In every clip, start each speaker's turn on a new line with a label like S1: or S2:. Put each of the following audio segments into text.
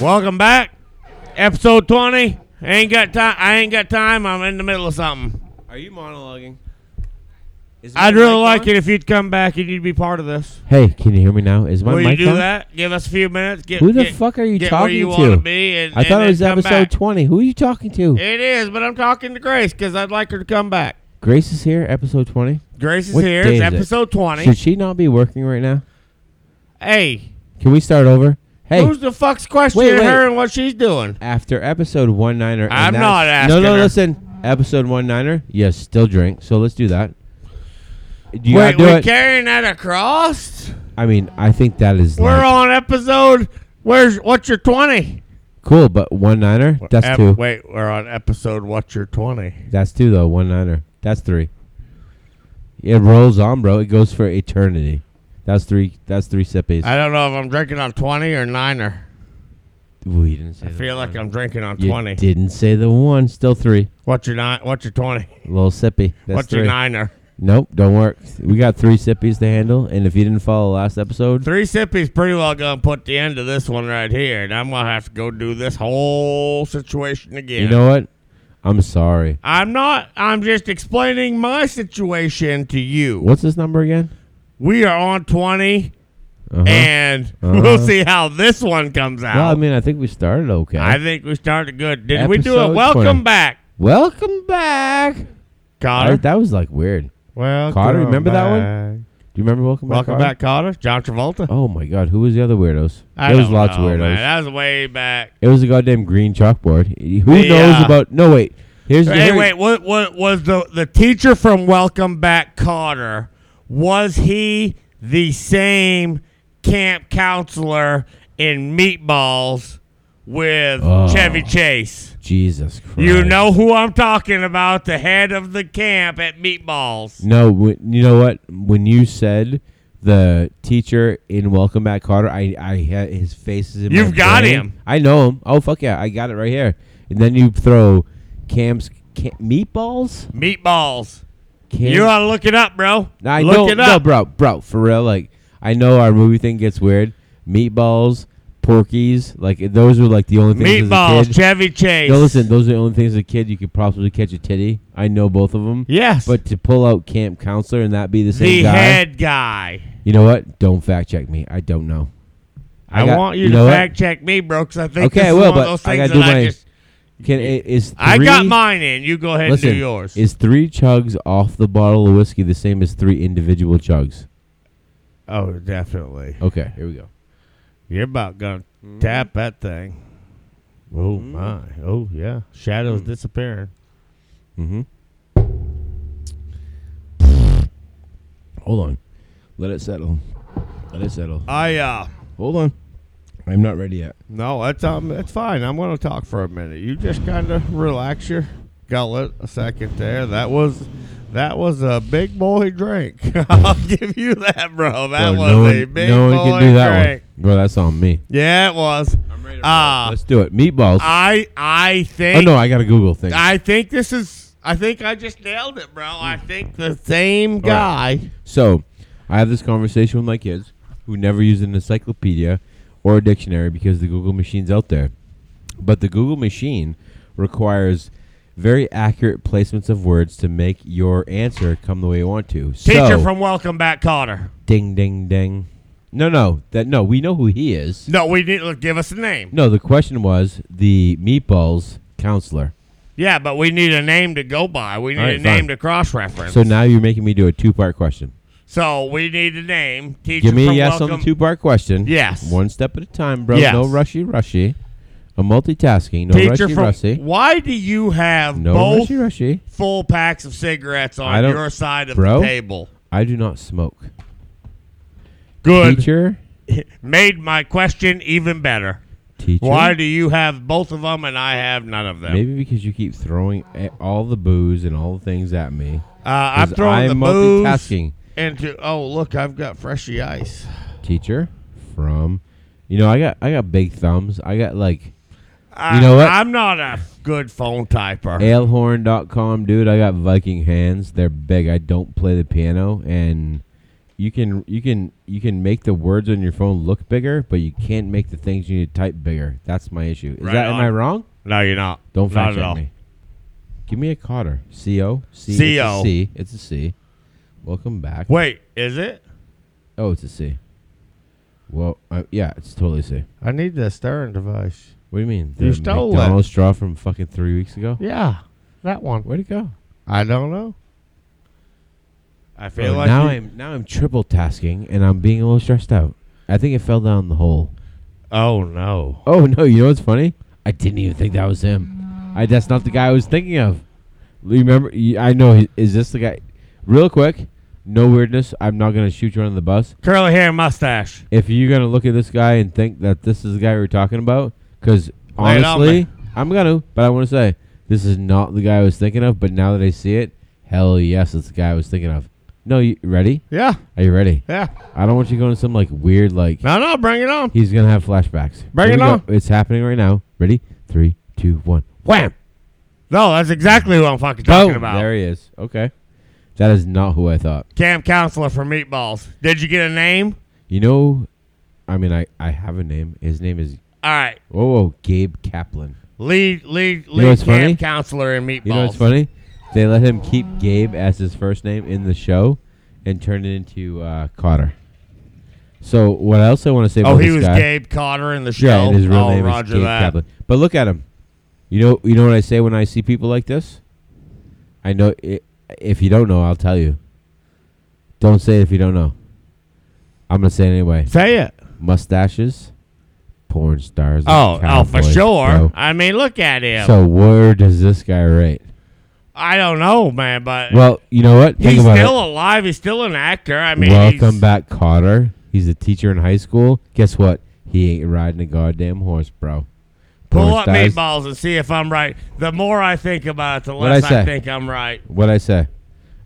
S1: Welcome back, episode twenty. I ain't got time. I ain't got time. I'm in the middle of something.
S2: Are you monologuing? Is
S1: I'd
S2: my
S1: really
S2: mic
S1: like
S2: on?
S1: it if you'd come back and you'd be part of this.
S3: Hey, can you hear me now? Is my
S1: Will you
S3: mic
S1: do
S3: on?
S1: that? Give us a few minutes. Get,
S3: Who the
S1: get-
S3: fuck are you
S1: get where
S3: talking
S1: you
S3: to?
S1: want to be. And,
S3: I thought
S1: and
S3: it was
S1: then come
S3: episode
S1: back.
S3: 20. Who are you talking to?
S1: It is, but I'm talking to Grace because I'd like her to come back.
S3: Grace is here, episode 20.
S1: Grace is
S3: What
S1: here.
S3: day
S1: It's
S3: is it?
S1: episode twenty.
S3: Should she not be working right now?
S1: hey,
S3: Can we start over? Hey,
S1: who's the fuck's questioning
S3: Wait, wait.
S1: her and what she's doing?
S3: after episode 19er. and
S1: I'm
S3: that's-
S1: not asking
S3: No, no,
S1: her.
S3: listen. Episode 19er, yes, still drink. So let's do that. Do you
S1: Wait,
S3: gotta do
S1: we're
S3: it?
S1: carrying that across.
S3: I mean, I think that is
S1: We're
S3: like-
S1: on episode. Where's what's your twenty?
S3: cool, but 19er, that's
S1: Ep-
S3: two.
S1: Wait, we're on episode. What's your twenty?
S3: That's two, though. 19er. That's three. It rolls on, bro. It goes for eternity. That's three. That's three sippies.
S1: I don't know if I'm drinking on twenty or niner.
S3: Ooh, you didn't say
S1: I
S3: the
S1: feel like
S3: one.
S1: I'm drinking on
S3: You
S1: twenty.
S3: didn't say the one. Still three.
S1: What's your nine? What's your twenty?
S3: A little sippy. That's
S1: What's
S3: three.
S1: your niner?
S3: Nope, don't work. We got three sippies to handle, and if you didn't follow last episode,
S1: Three sippies pretty well gonna put the end of this one right here, and I'm gonna have to go do this whole situation again.
S3: you know what? I'm sorry.
S1: I'm not. I'm just explaining my situation to you.
S3: What's this number again?
S1: We are on 20
S3: Uh-huh.
S1: and
S3: Uh-huh.
S1: we'll see how this one comes out.
S3: well, I mean, I think we started okay.
S1: I think we started good. Did we do it?
S3: Episode
S1: Welcome
S3: 20.
S1: back,
S3: Welcome back.
S1: Cotter.
S3: I- that was like weird. Do
S1: Well,
S3: Cotter, remember that one? you remember Welcome Back?
S1: Welcome
S3: Carter?
S1: back, Cotter. John Travolta.
S3: Oh my God, who was the other weirdos?
S1: I
S3: there was
S1: don't
S3: lots
S1: know,
S3: of weirdos.
S1: man. That was way back.
S3: It was a goddamn green chalkboard. Who
S1: The,
S3: knows
S1: uh,
S3: about? No, wait. Here's the
S1: Hey,
S3: here-
S1: wait. What, what was the the teacher from Welcome Back, Cotter? Was he the same camp counselor in Meatballs with
S3: Oh.
S1: Chevy Chase?
S3: Jesus Christ.
S1: You know who I'm talking about, the head of the camp at Meatballs.
S3: No, wh- you know what? When you said the teacher in Welcome Back Carter, I, I had his face is in my
S1: You've got
S3: brain.
S1: him.
S3: I know him. Oh fuck yeah, I got it right here. And then you throw Cam's ca- meatballs.
S1: Meatballs.
S3: Cam,
S1: You ought to look it up, bro.
S3: Nah, I
S1: look
S3: know,
S1: it
S3: no,
S1: up.
S3: bro, bro, for real. Like I know our movie thing gets weird. Meatballs, Porkies, like those were like the only things. as a
S1: Meatballs,
S3: kid.
S1: Chevy Chase.
S3: No, listen, those are the only things as a kid you could possibly catch a titty. I know both of them.
S1: Yes.
S3: But to pull out camp counselor and that be the same
S1: the
S3: guy.
S1: head guy.
S3: You know what? Don't fact check me. I don't know.
S1: I,
S3: got-
S1: want you,
S3: you
S1: to
S3: know what?
S1: fact check me, bro, because I think
S3: Okay,
S1: this
S3: I
S1: is
S3: will,
S1: one
S3: but
S1: of those
S3: I
S1: things
S3: gotta
S1: that
S3: do
S1: I
S3: my-
S1: just.
S3: Can i- is three,
S1: I got mine in. You go ahead
S3: Listen,
S1: and do yours.
S3: Is three chugs off the bottle of whiskey the same as three individual chugs?
S1: oh, definitely.
S3: Okay, here we go.
S1: You're about gonna tap that thing. Oh my! Oh yeah, shadows disappearing.
S3: Mm-hmm. Hold on. Let it settle. Let it settle.
S1: I uh,
S3: Hold on. I'm not ready yet.
S1: no, that's um, that's fine. I'm gonna talk for a minute. You just kind of relax your gullet a second there. That was. That was a big boy drink. I'll give you that, bro. That
S3: Bro,
S1: was
S3: no
S1: a
S3: one,
S1: big
S3: no one
S1: boy
S3: can do that
S1: drink.
S3: one. Bro, that's on me.
S1: Yeah, it was. I'm ready uh,
S3: Let's do it. Meatballs.
S1: I I think
S3: oh no, I got a Google thing.
S1: I think this is I think I just nailed it, bro. I think the same guy.
S3: So, I have this conversation with my kids who never use an encyclopedia or a dictionary because the Google machine's out there. But the Google machine requires very accurate placements of words to make your answer come the way you want to.
S1: Teacher
S3: so,
S1: from Welcome Back Cotter.
S3: ding ding ding. No, no, that no, we know who he is.
S1: No, we need to give us a name.
S3: No, the question was the meatballs counselor.
S1: Yeah, but we need a name to go by. We need
S3: Alright,
S1: a name
S3: fine.
S1: to cross reference.
S3: So
S1: So,
S3: now you're making me do a two-part question.
S1: we need a name. Teacher
S3: Give me a
S1: from
S3: yes
S1: Welcome.
S3: on the two-part question.
S1: Yes.
S3: One step at a time, bro.
S1: Yes.
S3: No rushy, rushy. I'm multitasking. No
S1: Teacher
S3: rushy,
S1: from
S3: rushy.
S1: Why do you have
S3: No
S1: both
S3: rushy, rushy.
S1: full packs of cigarettes
S3: I
S1: on
S3: don't-
S1: your side of
S3: Bro?
S1: the table?
S3: I do not smoke.
S1: Good.
S3: Teacher,
S1: Made my question even better.
S3: teacher.
S1: Why do you have both of them and I have none of them?
S3: Maybe because you keep throwing a- all the booze and all the things at me.
S1: Uh, I'm
S3: 'Cause
S1: throwing
S3: I'm
S1: the booze
S3: multitasking.
S1: into. Oh, look, I've got freshy ice.
S3: Teacher, from. You know, I got I got big thumbs. I got like
S1: I,
S3: know what?
S1: I'm not a good phone typer.
S3: alehorn.com, dude. I got Viking hands. They're big. I don't play the piano and you can you can you can make the words on your phone look bigger, but you can't make the things you need to type bigger. That's my issue. Is
S1: Right
S3: that am
S1: on.
S3: I wrong?
S1: No, you're not.
S3: Don't
S1: not
S3: fact
S1: at all.
S3: check me. Give me a Cotter. C O C.
S1: CO.
S3: It's a C. It's a C. Welcome back.
S1: Wait, is it?
S3: Oh, it's a C. Well, uh, yeah, it's totally C.
S1: I need the stirring device.
S3: What do you mean?
S1: You stole it.
S3: McDonald's straw from fucking three weeks ago.
S1: Yeah, that one.
S3: Where'd it go?
S1: I don't know. I feel
S3: Bro,
S1: like
S3: now
S1: you-
S3: I'm now I'm triple tasking and I'm being a little stressed out. I think it fell down the hole.
S1: Oh no!
S3: Oh no! You know what's funny? I didn't even think that was him. I that's not the guy I was thinking of. Remember? y- I know. he- Is this the guy? Real quick, no weirdness. I'm not gonna shoot you under the bus.
S1: Curly hair, and mustache.
S3: If you're gonna look at this guy and think that this is the guy we're talking about, because
S1: Lay it on me.
S3: honestly, I'm gonna. But I want to say this is not the guy I was thinking of. But now that I see it, hell yes, it's the guy I was thinking of. No, you ready?
S1: Yeah,
S3: Are you ready?
S1: yeah.
S3: I don't want you going to some like weird like
S1: No, no, bring it on.
S3: He's gonna have flashbacks.
S1: Bring
S3: Here
S1: it
S3: we go.
S1: on.
S3: It's happening right now. Ready? Three, two, one. Wham!
S1: No, that's exactly what I'm fucking talking
S3: Boom!
S1: about.
S3: There he is. Okay. That is not who I thought.
S1: Camp counselor for meatballs. Did you get a name?
S3: You know, I mean, I I have a name. His name is
S1: All right,
S3: whoa, whoa Gabe Kaplan.
S1: lead, lead, lead
S3: know what's
S1: camp
S3: funny?
S1: counselor in meatballs.
S3: You know what's funny? They let him keep Gabe as his first name in the show, and turn it into uh, Cotter. So what else I want to say?
S1: Oh,
S3: about
S1: he
S3: this
S1: was
S3: guy-
S1: Gabe Cotter in the show.
S3: Yeah, and his real
S1: oh,
S3: name
S1: Roger
S3: is Gabe
S1: that.
S3: Kaplan. But look at him. You know, you know what I say when I see people like this. I know i if you don't know, I'll tell you. Don't say it if you don't know. I'm gonna say it anyway.
S1: Say it.
S3: Mustaches, porn stars. and
S1: Oh, oh, for
S3: cowboys,
S1: sure.
S3: bro.
S1: I mean, look at him.
S3: So where does this guy rate?
S1: I don't know, man, but
S3: Well, you know what? Think
S1: he's
S3: about
S1: still
S3: it.
S1: alive. He's still an actor. I mean,
S3: Welcome
S1: he's-
S3: back, Cotter. He's a teacher in high school. Guess what? He ain't riding a goddamn horse, bro.
S1: Pull
S3: Porn
S1: up
S3: stars-
S1: meatballs and see if I'm right. The more I think about it, the
S3: What'd
S1: less
S3: I
S1: I,
S3: say?
S1: think I'm right.
S3: What'd I say?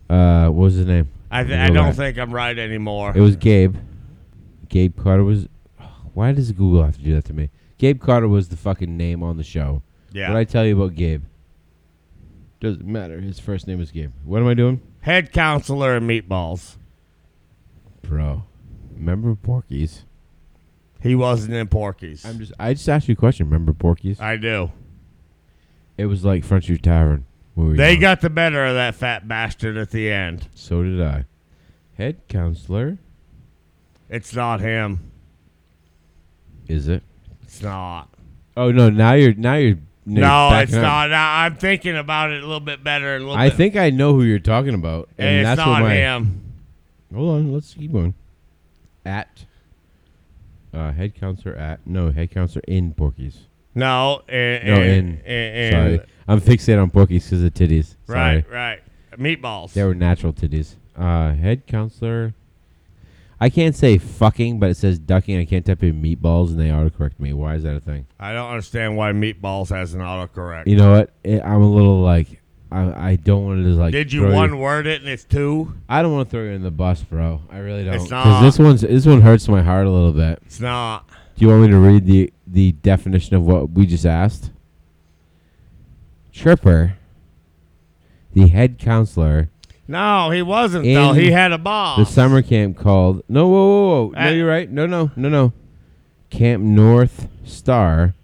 S3: Uh, what was his name?
S1: I, th-
S3: You
S1: I
S3: were
S1: don't
S3: right.
S1: think I'm right anymore.
S3: It was Gabe. Gabe Carter was. Why does Google have to do that to me? Gabe Carter was the fucking name on the show.
S1: yeah.
S3: What I tell you about Gabe? Doesn't matter. His first name is Gabe. What am I doing,
S1: Head counselor in meatballs.
S3: bro? Remember Porky's?
S1: He wasn't in Porky's.
S3: I'm just. I just asked you a question. Remember Porky's?
S1: I do.
S3: it was like Frontier Tavern. where we
S1: They
S3: were.
S1: got the better of that fat bastard at the end.
S3: So did I. Head counselor.
S1: It's not him.
S3: Is it?
S1: It's not.
S3: Oh no! Now you're. Now you're. now you're
S1: No, it's
S3: backing up.
S1: not. I- I'm thinking about it a little bit better. A little
S3: I
S1: bit.
S3: think I know who you're talking about, and,
S1: it's
S3: that's what
S1: not
S3: my
S1: him.
S3: Hold on, let's keep going. At uh, head counselor at no head counselor in Porky's.
S1: No, and,
S3: No,
S1: and,
S3: in.
S1: and-
S3: Sorry, I'm fixated on Porky's because of titties. Sorry.
S1: right, right. Meatballs.
S3: they were natural titties. Uh, head counselor. I can't say fucking, but it says ducking. I can't type in meatballs, and they autocorrect me. Why is that a thing?
S1: I don't understand why meatballs has an autocorrect.
S3: You know what? It, I'm a little like I, I don't want to like.
S1: Did you
S3: throw
S1: one word it and it's two?
S3: I don't want to throw you in the bus, bro. I really don't.
S1: It's
S3: Because this one's this one hurts my heart a little bit.
S1: It's not.
S3: Do you want me to read the the definition of what we just asked? Tripper, the head counselor,
S1: No, he wasn't though.
S3: In
S1: He had a boss.
S3: the summer camp called. No, whoa, whoa, whoa!
S1: Uh,
S3: no, you're right. No, no, no, no. Camp North Star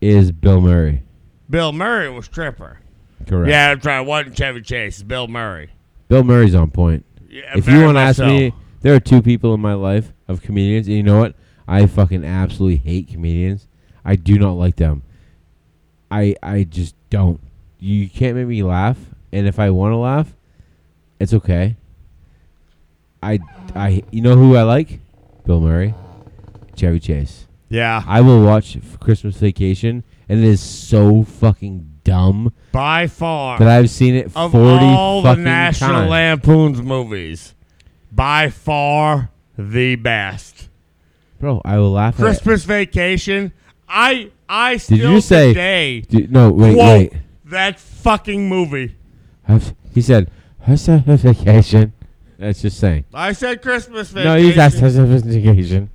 S3: is Bill Murray.
S1: Bill Murray was stripper.
S3: Correct.
S1: Yeah, that's right. Wasn't Chevy Chase? Bill Murray.
S3: Bill Murray's on point.
S1: Yeah,
S3: if you
S1: very
S3: want to
S1: much
S3: ask
S1: so.
S3: me, there are two people in my life of comedians, and you know what? I fucking absolutely hate comedians. I do not like them. I I just don't. You can't make me laugh, and if I want to laugh, it's okay. I I you know who I like? Bill Murray, Chevy Chase.
S1: yeah,
S3: I will watch F- Christmas Vacation, and it is so fucking dumb
S1: by far
S3: that I've seen it
S1: of
S3: forty
S1: all the
S3: fucking
S1: National
S3: times.
S1: Lampoon's movies, by far the best.
S3: Bro, I will laugh. at it.
S1: Christmas Vacation. I I
S3: you
S1: still
S3: say-
S1: today
S3: Dude, no, wait,
S1: quote
S3: wait.
S1: that fucking movie.
S3: Huff- He said, "Huff's a vacation." That's just saying.
S1: I said Christmas Vacation.
S3: No, he's asked "Huff's a vacation.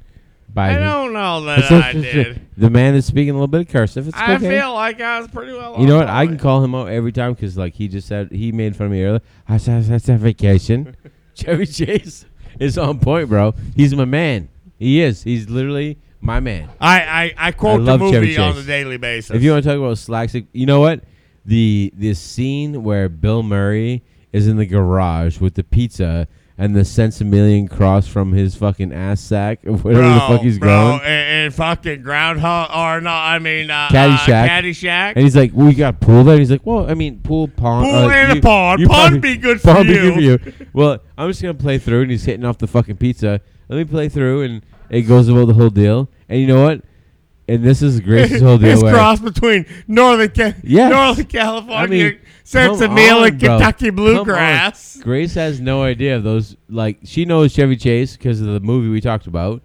S3: By
S1: I
S3: who?
S1: don't know
S3: It's
S1: that
S3: just-
S1: I
S3: it's
S1: did.
S3: just- The man is speaking a little bit of cursive. It's
S1: I
S3: okay.
S1: feel like I was pretty well.
S3: you know
S1: off
S3: what? I
S1: on
S3: can
S1: it.
S3: call him out every time because, like, he just said he made fun of me earlier. Huff's a vacation. Chevy Chase. is on point, bro. He's my man. He is. He's literally my man.
S1: I, I, I quote the
S3: love Chevy
S1: movie on
S3: Chase.
S1: a daily basis.
S3: If you want to talk about slacks, you know what? The the scene where Bill Murray is in the garage with the pizza and the sensimillion cross from his fucking ass sack, or whatever the fuck he's
S1: bro,
S3: growing.
S1: And, and fucking Groundhog, or no, I mean, uh,
S3: Caddyshack.
S1: Uh, Caddyshack.
S3: And he's like, "We got pool there." He's like, "Well, I mean, pool pond,
S1: Pool
S3: uh,
S1: and a pond. Pond be good for
S3: pond
S1: you."
S3: Be good for you. Well, I'm just gonna play through, and he's hitting off the fucking pizza. Let me play through, and it goes about the whole deal. And you know what? And this is Grace's whole deal.
S1: it's
S3: where-
S1: crossed between Northern, Ca-
S3: Yes.
S1: Northern
S3: I
S1: California,
S3: mean,
S1: sense of
S3: come
S1: meal,
S3: on,
S1: and
S3: bro.
S1: Kentucky
S3: Come
S1: bluegrass.
S3: on. Grace has no idea of those. Like she knows Chevy Chase because of the movie we talked about,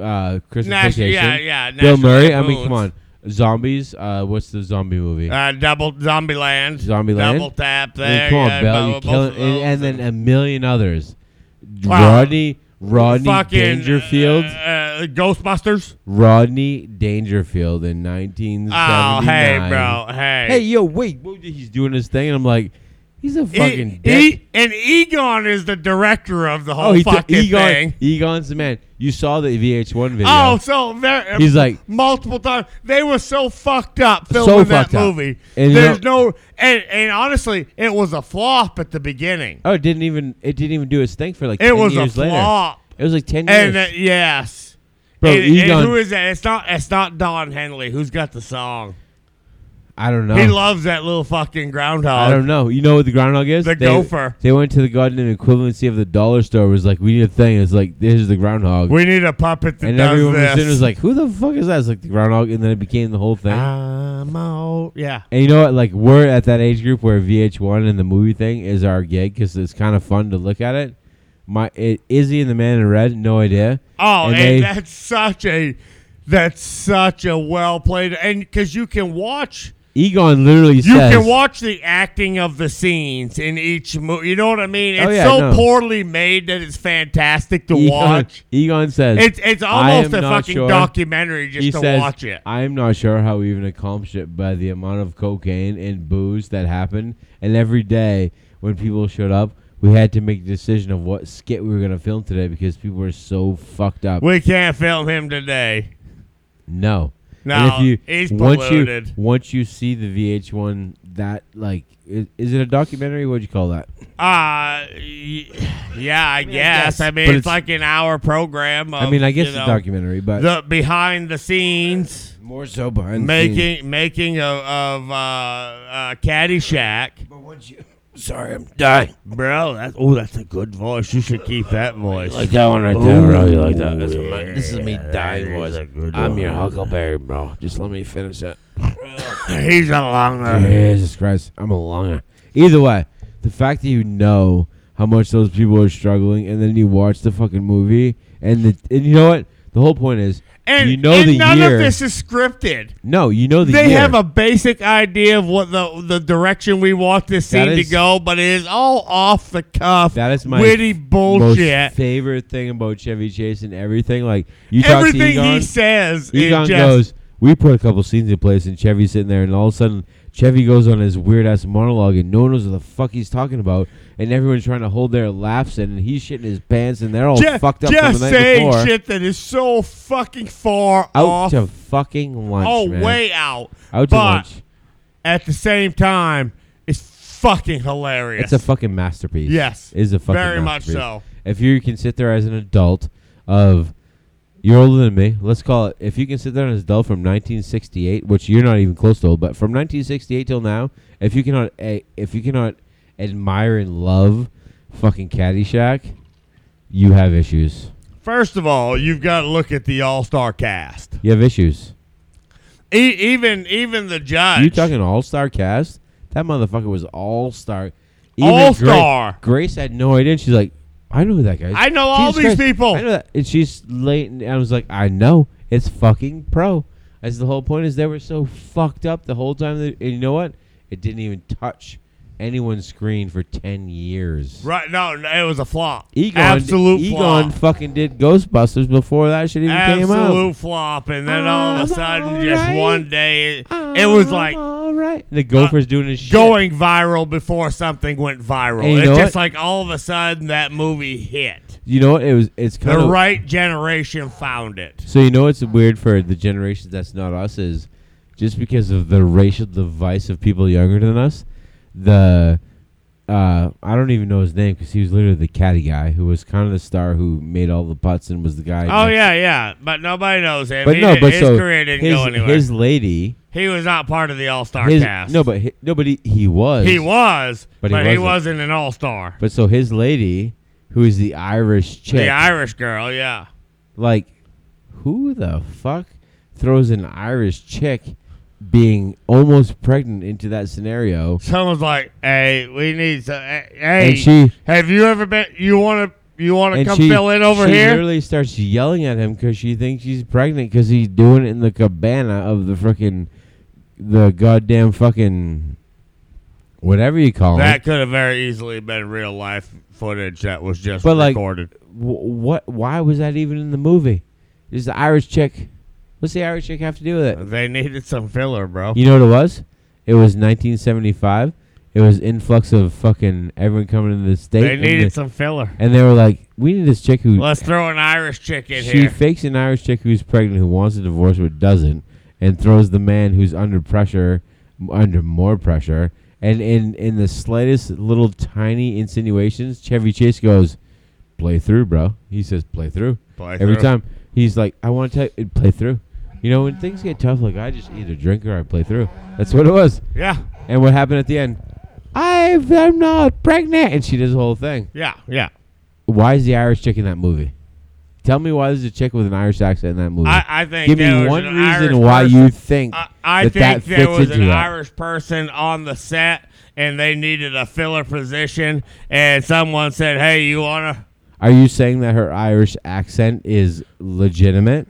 S3: uh, Christmas
S1: Nash-
S3: Vacation.
S1: yeah, yeah.
S3: Bill
S1: National
S3: Murray. I mean,
S1: Lampoon's.
S3: come on. Zombies. Uh, what's the zombie movie?
S1: Uh, double Zombieland.
S3: Zombieland?
S1: Double tap
S3: I mean,
S1: there.
S3: come on,
S1: yeah,
S3: Bell,
S1: bo-
S3: you
S1: both
S3: kill
S1: of
S3: it, and, and
S1: those.
S3: then a million others.
S1: Wow.
S3: Rodney, Rodney
S1: Fucking,
S3: Dangerfield,
S1: uh, uh, Ghostbusters.
S3: Rodney Dangerfield in 1979.
S1: Oh, hey, bro. Hey.
S3: Hey, yo, wait, what- he's doing his thing, and I'm like, he's a
S1: E-
S3: fucking
S1: E-
S3: dick.
S1: and Egon is the director of the whole
S3: oh, he took
S1: fucking
S3: Egon.
S1: thing.
S3: Egon's the man. You saw the VH1 video.
S1: Oh, so very,
S3: He's like-
S1: multiple times. They were so fucked up filming that
S3: fucked up.
S1: movie.
S3: And you
S1: There's
S3: know-
S1: no, and, and honestly, it was a flop at the beginning.
S3: oh, it didn't even it didn't even do its thing for like
S1: It
S3: 10
S1: was a
S3: years
S1: flop.
S3: later. It was like 10 years.
S1: And uh, yes,
S3: Bro,
S1: and, and
S3: Egon-
S1: who is that? It's not. It's not Don Henley. Who's got the song?
S3: I don't know.
S1: uh, He loves that little fucking groundhog.
S3: I don't know. You know what the groundhog is?
S1: The gopher.
S3: They went to the goddamn equivalency of the dollar store. It was like, we need a thing. It's like, this is the groundhog.
S1: We need a puppet that
S3: and
S1: does
S3: everyone
S1: this.
S3: was in was like, who the fuck is that? It's like the groundhog, and then it became the whole thing.
S1: I'm out. Yeah.
S3: And you know what? Like we're at that age group where VH1 and the movie thing is our gig because it's kind of fun to look at it. My it, Izzy and the Man in Red, no idea.
S1: Oh, and,
S3: And they-
S1: that's such a that's such a well played and because you can watch
S3: Egon literally
S1: you
S3: says,
S1: can watch the acting of the scenes in each movie. You know what I mean? It's
S3: Oh, yeah,
S1: so
S3: no.
S1: poorly made that it's fantastic to
S3: Egon,
S1: watch.
S3: Egon says,
S1: It's it's
S3: "I
S1: almost
S3: am
S1: a
S3: not
S1: fucking
S3: sure."
S1: documentary just
S3: he
S1: to
S3: says,
S1: watch it.
S3: I am not sure how we even accomplished it by the amount of cocaine and booze that happened. And every day when people showed up, we had to make a decision of what skit we were going to film today because people were so fucked up.
S1: We can't film him today.
S3: No.
S1: No, he's
S3: once you
S1: polluted.
S3: once you see the VH1 that like is, is it a documentary? What'd you call that?
S1: Uh, y- yeah, I guess. I mean,
S3: But
S1: it's,
S3: it's-
S1: like an hour program. Of,
S3: I mean, I
S1: Um,
S3: guess
S1: you
S3: it's a
S1: know,
S3: documentary, but
S1: the behind the scenes.
S3: more so behind the scenes.
S1: making making of, of uh, uh, Caddyshack.
S3: But once you, sorry, I'm dying.
S1: Bro, that's oh, that's a good voice. You should keep that voice.
S3: Like that one right there, bro. You like that? That's my, this is me dying voice. I'm your Huckleberry, bro. Just let me finish that.
S1: He's a longer.
S3: Jesus Christ, I'm a longer. Either way, the fact that you know how much those people are struggling, and then you watch the fucking movie, and the and you know what? The whole point is,
S1: And,
S3: you know
S1: and
S3: the
S1: none
S3: year.
S1: of this is scripted.
S3: No, you know the
S1: They
S3: year.
S1: have a basic idea of what the the direction we want this
S3: That
S1: scene to
S3: is-
S1: go, but it is all off the cuff.
S3: that is my
S1: witty bullshit.
S3: most favorite thing about Chevy Chase and everything. Like you talk to
S1: Everything
S3: Egon,
S1: he says
S3: Egon
S1: is just
S3: goes, "We put a couple scenes in place, and Chevy's sitting there, and all of a sudden." Chevy goes on his weird ass monologue, and no one knows what the fuck he's talking about, and everyone's trying to hold their laughs in, and he's shitting his pants, and they're all
S1: ju-
S3: "Oh, fucked up from
S1: just
S3: the night
S1: saying
S3: before.
S1: shit that is so fucking far
S3: out
S1: off.
S3: to fucking lunch,
S1: oh,
S3: man.
S1: way out.
S3: out to
S1: but
S3: lunch.
S1: at the same time it's fucking hilarious.
S3: It's a fucking masterpiece.
S1: Yes.
S3: It is a fucking
S1: Very much
S3: masterpiece.
S1: so.
S3: If you can sit there as an adult of you're older than me, let's call it if you can sit there as an adult from 1968, which you're not even close to old, but from 1968 till now, if you cannot eh, if you cannot admire and love fucking Caddyshack, you have issues.
S1: First of all, you've got to look at the All Star cast.
S3: You have issues.
S1: E- even even the judge.
S3: You talking all star cast? That motherfucker was all star.
S1: All-star.
S3: Grace had no idea. and She's like, I know who that guy. is.
S1: I know all these people.
S3: I know that. And she's late, and I was like, I know. It's fucking pro. As the whole point is, they were so fucked up the whole time. That, and you know what? It didn't even touch anyone's screen for ten years.
S1: Right? No, no, it was a flop.
S3: Egon,
S1: absolute
S3: Egon
S1: flop.
S3: fucking did Ghostbusters before that shit even came out.
S1: Absolute flop, and then all of a
S3: I'm
S1: sudden,
S3: all
S1: just
S3: right.
S1: one day, it, it was like uh,
S3: all right. The Gophers doing his shit.
S1: going viral before something went viral.
S3: And you
S1: It's
S3: know
S1: just
S3: what?
S1: like all of a sudden that movie hit.
S3: You know what? It was. It's kind
S1: The
S3: of
S1: right generation found it.
S3: So you know what's weird for the generations that's not us is just because of the racial device of people younger than us. The uh, I don't even know his name because he was literally the caddy guy who was kind of the star who made all the putts and was the guy.
S1: Oh
S3: next-
S1: yeah, yeah, but nobody knows him.
S3: but
S1: He
S3: no,
S1: di-
S3: but
S1: his
S3: so
S1: career didn't
S3: his,
S1: go anywhere.
S3: his lady,
S1: he was not part of the All Star
S3: his,
S1: cast.
S3: no, but hi, no, but he, he was.
S1: he was,
S3: But
S1: but,
S3: he
S1: he,
S3: wasn't.
S1: was, not an All Star.
S3: But so his lady, who is the Irish chick,
S1: The Irish girl, yeah.
S3: like who the fuck throws an Irish chick being almost pregnant into that scenario?
S1: Someone's like, "Hey, we need to. eh, Hey,
S3: And she
S1: have you ever been? You want to? You want to
S3: and
S1: come
S3: she,
S1: fill in over
S3: she
S1: here?
S3: literally starts yelling at him because she thinks she's pregnant because he's doing it in the cabana of the frickin' the goddamn fucking whatever you call
S1: That
S3: it.
S1: could have very easily been real life footage that was just
S3: But, like,
S1: recorded.
S3: Wh- what? Why was that even in the movie? Is the Irish chick? What's the Irish chick have to do with it?
S1: they needed some filler, bro.
S3: You know what it was? It was 1975. It was influx of fucking everyone coming into the state.
S1: they
S3: and
S1: needed
S3: the-
S1: some filler.
S3: and they were like, "We need this chick who
S1: Let's throw an Irish chick in
S3: She
S1: here.
S3: fakes an Irish chick who's pregnant who wants a divorce but doesn't, and throws the man who's under pressure, m- under more pressure. And in in the slightest little tiny insinuations, Chevy Chase goes, "Play through, bro." He says, "Play through."
S1: Play
S3: Every
S1: through.
S3: time he's like, "I want to play through." You know, when things get tough, like I just either drink or I play through. That's what it was.
S1: Yeah,
S3: And what happened at the end? I've, I'm not pregnant, and she does the whole thing
S1: yeah, yeah.
S3: why is the Irish chick in that movie? Tell me why there's a chick with an Irish accent in that movie.
S1: I, I think
S3: Give
S1: there
S3: me
S1: was
S3: one
S1: an
S3: reason
S1: Irish
S3: why
S1: person-
S3: you think
S1: I, I
S3: that
S1: think
S3: that fits
S1: there was
S3: into
S1: an
S3: that.
S1: Irish person on the set, and they needed a filler position, and someone said, "Hey, you wanna?"
S3: Are you saying that her Irish accent is legitimate,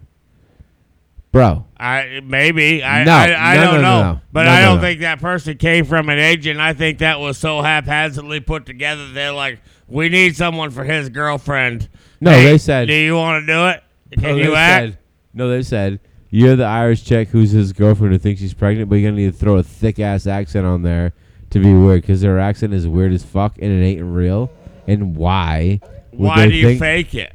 S3: bro?
S1: I maybe I
S3: No,
S1: I, I
S3: no,
S1: don't know,
S3: no, no, no.
S1: but
S3: No,
S1: I
S3: no,
S1: don't
S3: no.
S1: think that person came from an agent. I think that was so haphazardly put together. They're like, "We need someone for his girlfriend."
S3: No,
S1: Hey,
S3: Oh, they said-
S1: "Do you want to do it? Can
S3: No,
S1: you
S3: Oh, they
S1: act?"
S3: Said, no, they said you're the Irish chick who's his girlfriend who thinks she's pregnant, but you're gonna need to throw a thick ass accent on there to be weird because her accent is weird as fuck and it ain't real. And why? would
S1: Why
S3: they
S1: do you
S3: think-
S1: fake it?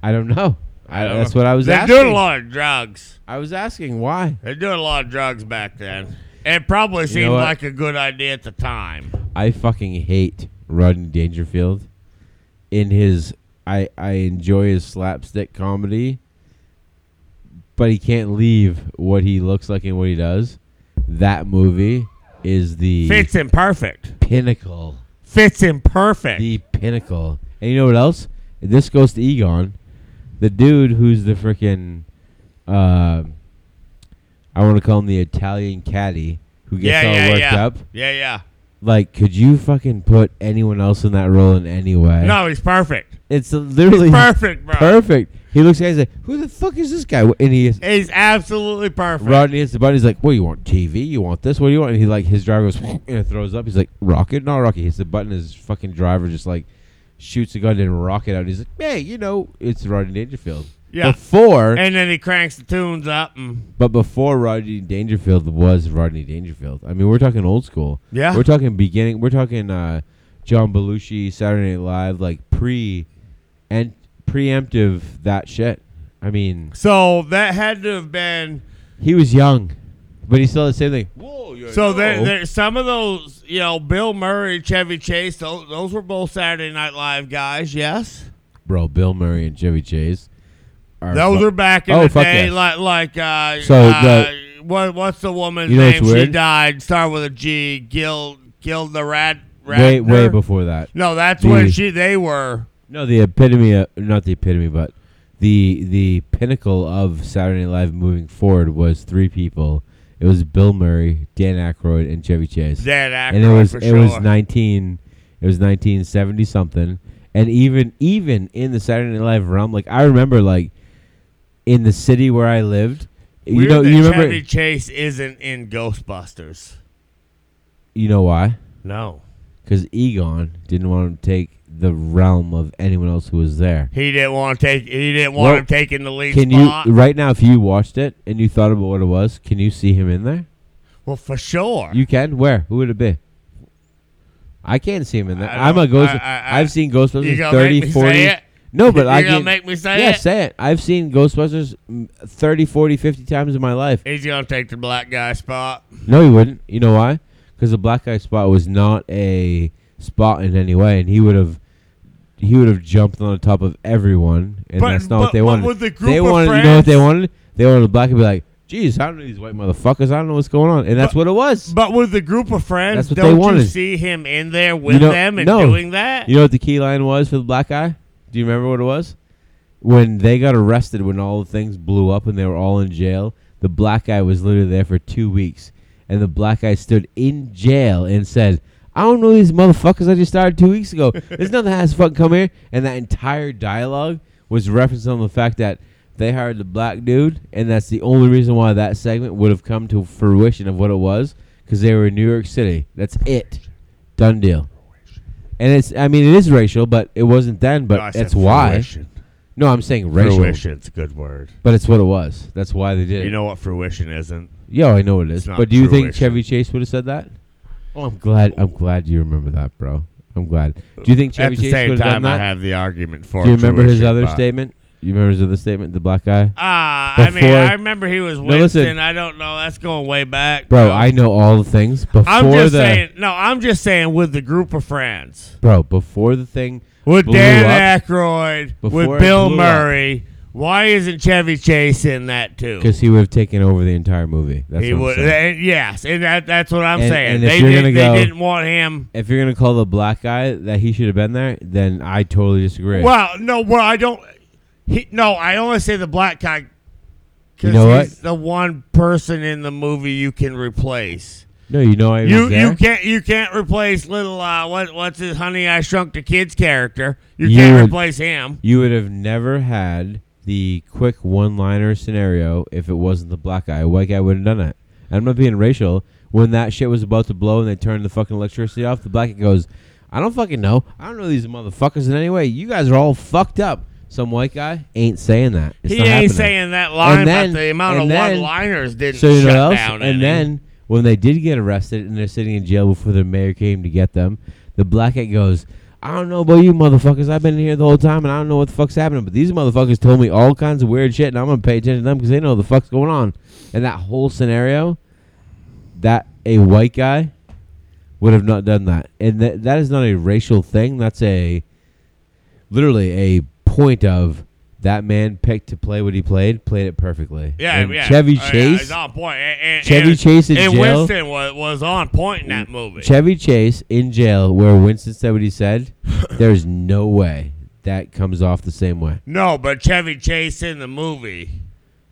S3: I don't know. I,
S1: don't
S3: that's
S1: know.
S3: what I was
S1: They're
S3: asking.
S1: doing a lot of drugs.
S3: I was asking why.
S1: They're doing a lot of drugs back then. It probably seemed
S3: what?
S1: like a good idea at the time.
S3: I fucking hate Rodney Dangerfield. In his, I I enjoy his slapstick comedy, but he can't leave what he looks like and what he does. That movie is the
S1: Fits in perfect.
S3: pinnacle.
S1: Fits in perfect.
S3: The pinnacle. And you know what else? This goes to Egon, the dude who's the freaking, uh, I want to call him the Italian caddy who
S1: yeah,
S3: gets all
S1: yeah,
S3: worked
S1: yeah.
S3: up.
S1: Yeah, yeah.
S3: Like, could you fucking put anyone else in that role in any way?
S1: No, he's perfect.
S3: It's literally
S1: Perfect, bro.
S3: perfect. He looks at it, he's like, who the fuck is this guy? And he is,
S1: He's absolutely perfect.
S3: Rodney hits the button. He's like, what do you want? TV? You want this? What do you want? And he like, his driver goes, and it throws up. He's like, rocket? No, rocket. Hits the button. His fucking driver just like shoots a gun and rocket out. He's like, hey, you know, it's Rodney Dangerfield.
S1: Yeah.
S3: Before,
S1: And then he cranks the tunes up. And
S3: but before Rodney Dangerfield was Rodney Dangerfield. I mean, we're talking old school.
S1: Yeah.
S3: We're talking beginning. We're talking uh, John Belushi, Saturday Night Live, like pre and preemptive that shit. I mean,
S1: so that had to have been.
S3: he was young, but he still had the same thing. Whoa, you're
S1: So there, there, some of those, you know, Bill Murray, Chevy Chase, those, those were both Saturday Night Live guys, yes?
S3: bro, Bill Murray and Chevy Chase. Are
S1: Those
S3: fu-
S1: are back in
S3: Oh,
S1: the
S3: fuck
S1: day,
S3: yes.
S1: like like uh,
S3: So
S1: uh,
S3: the-
S1: what what's the woman's
S3: You know what's
S1: name? She
S3: weird?
S1: died. Start with a G. Gil Gil the Rat.
S3: way way
S1: Ratner?
S3: before that.
S1: No, that's
S3: The-
S1: when she they were.
S3: No, the epitome, of, not the epitome, but the the pinnacle of Saturday Night Live moving forward was three people. It was Bill Murray, Dan Aykroyd, and Chevy Chase.
S1: Dead actor
S3: and it was
S1: for
S3: it
S1: sure.
S3: was nineteen, it was nineteen seventy something. And even even in the Saturday Night Live realm, like I remember, like in the city where I lived, you
S1: Weird
S3: know,
S1: that
S3: you remember,
S1: Chevy Chase isn't in Ghostbusters.
S3: you know why?
S1: No,
S3: Because Egon didn't want to take the realm of anyone else who was there.
S1: he didn't want to take. He didn't want
S3: Well,
S1: him taking the lead
S3: Can you
S1: spot.
S3: right now, if you watched it and you thought about what it was, can you see him in there?
S1: well, for sure.
S3: You can. Where? Who would it be? I can't see him in there.
S1: I
S3: I'm a
S1: don't-
S3: ghost.
S1: I- I- I-
S3: have seen Ghostbusters
S1: You gonna
S3: 30,
S1: make me
S3: 40.
S1: say it?
S3: No, but
S1: You're
S3: I
S1: gonna
S3: can
S1: make me say
S3: yeah,
S1: it?
S3: say it. I've seen Ghostbusters mm, 30, 40, 50 times in my life.
S1: He's gonna take the black guy spot.
S3: No, he wouldn't. You know why? Because the black guy spot was not a spot in any way, and he would have he would have jumped on the top of everyone, and
S1: But-
S3: that's not
S1: but-
S3: what they
S1: but
S3: wanted.
S1: with the group
S3: they
S1: of
S3: wanted, you know what they
S1: friends-
S3: wanted? They wanted the black guy to be like, "Geez, how do these white motherfuckers? I don't know what's going on," and that's
S1: But-
S3: what it was.
S1: But with the group of friends,
S3: That's what they
S1: don't you
S3: wanted.
S1: see him in there with
S3: know-
S1: them and
S3: no.
S1: doing that?
S3: You know what the key line was for the black guy? Do you remember what it was? When they got arrested, when all the things blew up and they were all in jail, the black guy was literally there for two weeks. And the black guy stood in jail and said, I don't know these motherfuckers I just started two weeks ago. There's nothing that has fucking come here. And that entire dialogue was referencing on the fact that they hired the black dude, and that's the only reason why that segment would have come to fruition of what it was, because they were in New York City. That's it. Done deal. And it's, I mean, it is racial, but it wasn't then, but
S1: No, I said
S3: that's why.
S1: fruition.
S3: No, I'm saying racial,
S1: Fruition's a good word.
S3: but it's what it was. That's why they did it.
S1: You know what fruition isn't?
S3: yeah, I know it is.
S1: It's not
S3: But do you think
S1: fruition.
S3: Chevy Chase would have said that? Oh, I'm glad. I'm glad you remember that, bro. I'm glad. Do you think
S1: At
S3: Chevy
S1: the
S3: Chase
S1: same
S3: would have done
S1: time, I
S3: that?
S1: have the argument for.
S3: do you remember his
S1: fruition,
S3: other
S1: but-
S3: statement? You remember his other statement? The black guy.
S1: Ah, I mean,
S3: Before-
S1: I remember he was Winston.
S3: listen.
S1: I don't know. That's going way back,
S3: Bro, I know all the things before
S1: I'm just
S3: the
S1: saying. No, I'm just saying with the group of friends,
S3: bro before the thing.
S1: with
S3: blew
S1: Dan
S3: up,
S1: Aykroyd,
S3: Before
S1: with
S3: it
S1: Bill
S3: blew up.
S1: Murray. Why isn't Chevy Chase in that too?
S3: because he would have taken over the entire movie. That's
S1: he
S3: what I'm
S1: would.
S3: saying.
S1: and yes, and that, that's what I'm
S3: And-
S1: saying.
S3: and if
S1: they
S3: you're
S1: did,
S3: gonna
S1: they
S3: go-
S1: didn't want him.
S3: If you're gonna call the black guy that he should have been there, then I totally disagree.
S1: Well, no, well, I don't. He, no, I only say the black guy because
S3: You know
S1: he's
S3: what?
S1: the one person in the movie you can replace.
S3: no, you know I was
S1: You
S3: there.
S1: you can't you can't replace little uh what what's his honey I shrunk the kids character. You,
S3: You
S1: can't
S3: would-
S1: replace him.
S3: you would have never had the quick one-liner scenario if it wasn't the black guy. A white guy would have done it. And I'm not being racial. When that shit was about to blow and they turned the fucking electricity off, the black guy goes, "I don't fucking know. I don't know these motherfuckers in any way. You guys are all fucked up." Some white guy ain't saying that. It's
S1: he
S3: not
S1: ain't
S3: happening.
S1: saying that line,
S3: And then-
S1: but the amount of
S3: and then-
S1: one liners didn't
S3: So you
S1: shut
S3: know what else?
S1: down.
S3: And
S1: any.
S3: then when they did get arrested and they're sitting in jail before the mayor came to get them, the black guy goes, I don't know about you motherfuckers. I've been here the whole time and I don't know what the fuck's happening. But these motherfuckers told me all kinds of weird shit and I'm gonna pay attention to them because they know what the fuck's going on. And that whole scenario, that a white guy would have not done that. And that that is not a racial thing. That's a literally a point of that man picked to play what he played, played it perfectly.
S1: yeah,
S3: And
S1: yeah,
S3: Chevy
S1: Oh, yeah,
S3: Chase.
S1: it's on point. And, and,
S3: Chevy
S1: and-
S3: Chase in
S1: and
S3: jail? Mm,
S1: Winston was, was on point in that movie.
S3: Chevy Chase in jail, where Winston said what he said, there's no way that comes off the same way.
S1: no, but Chevy Chase in the movie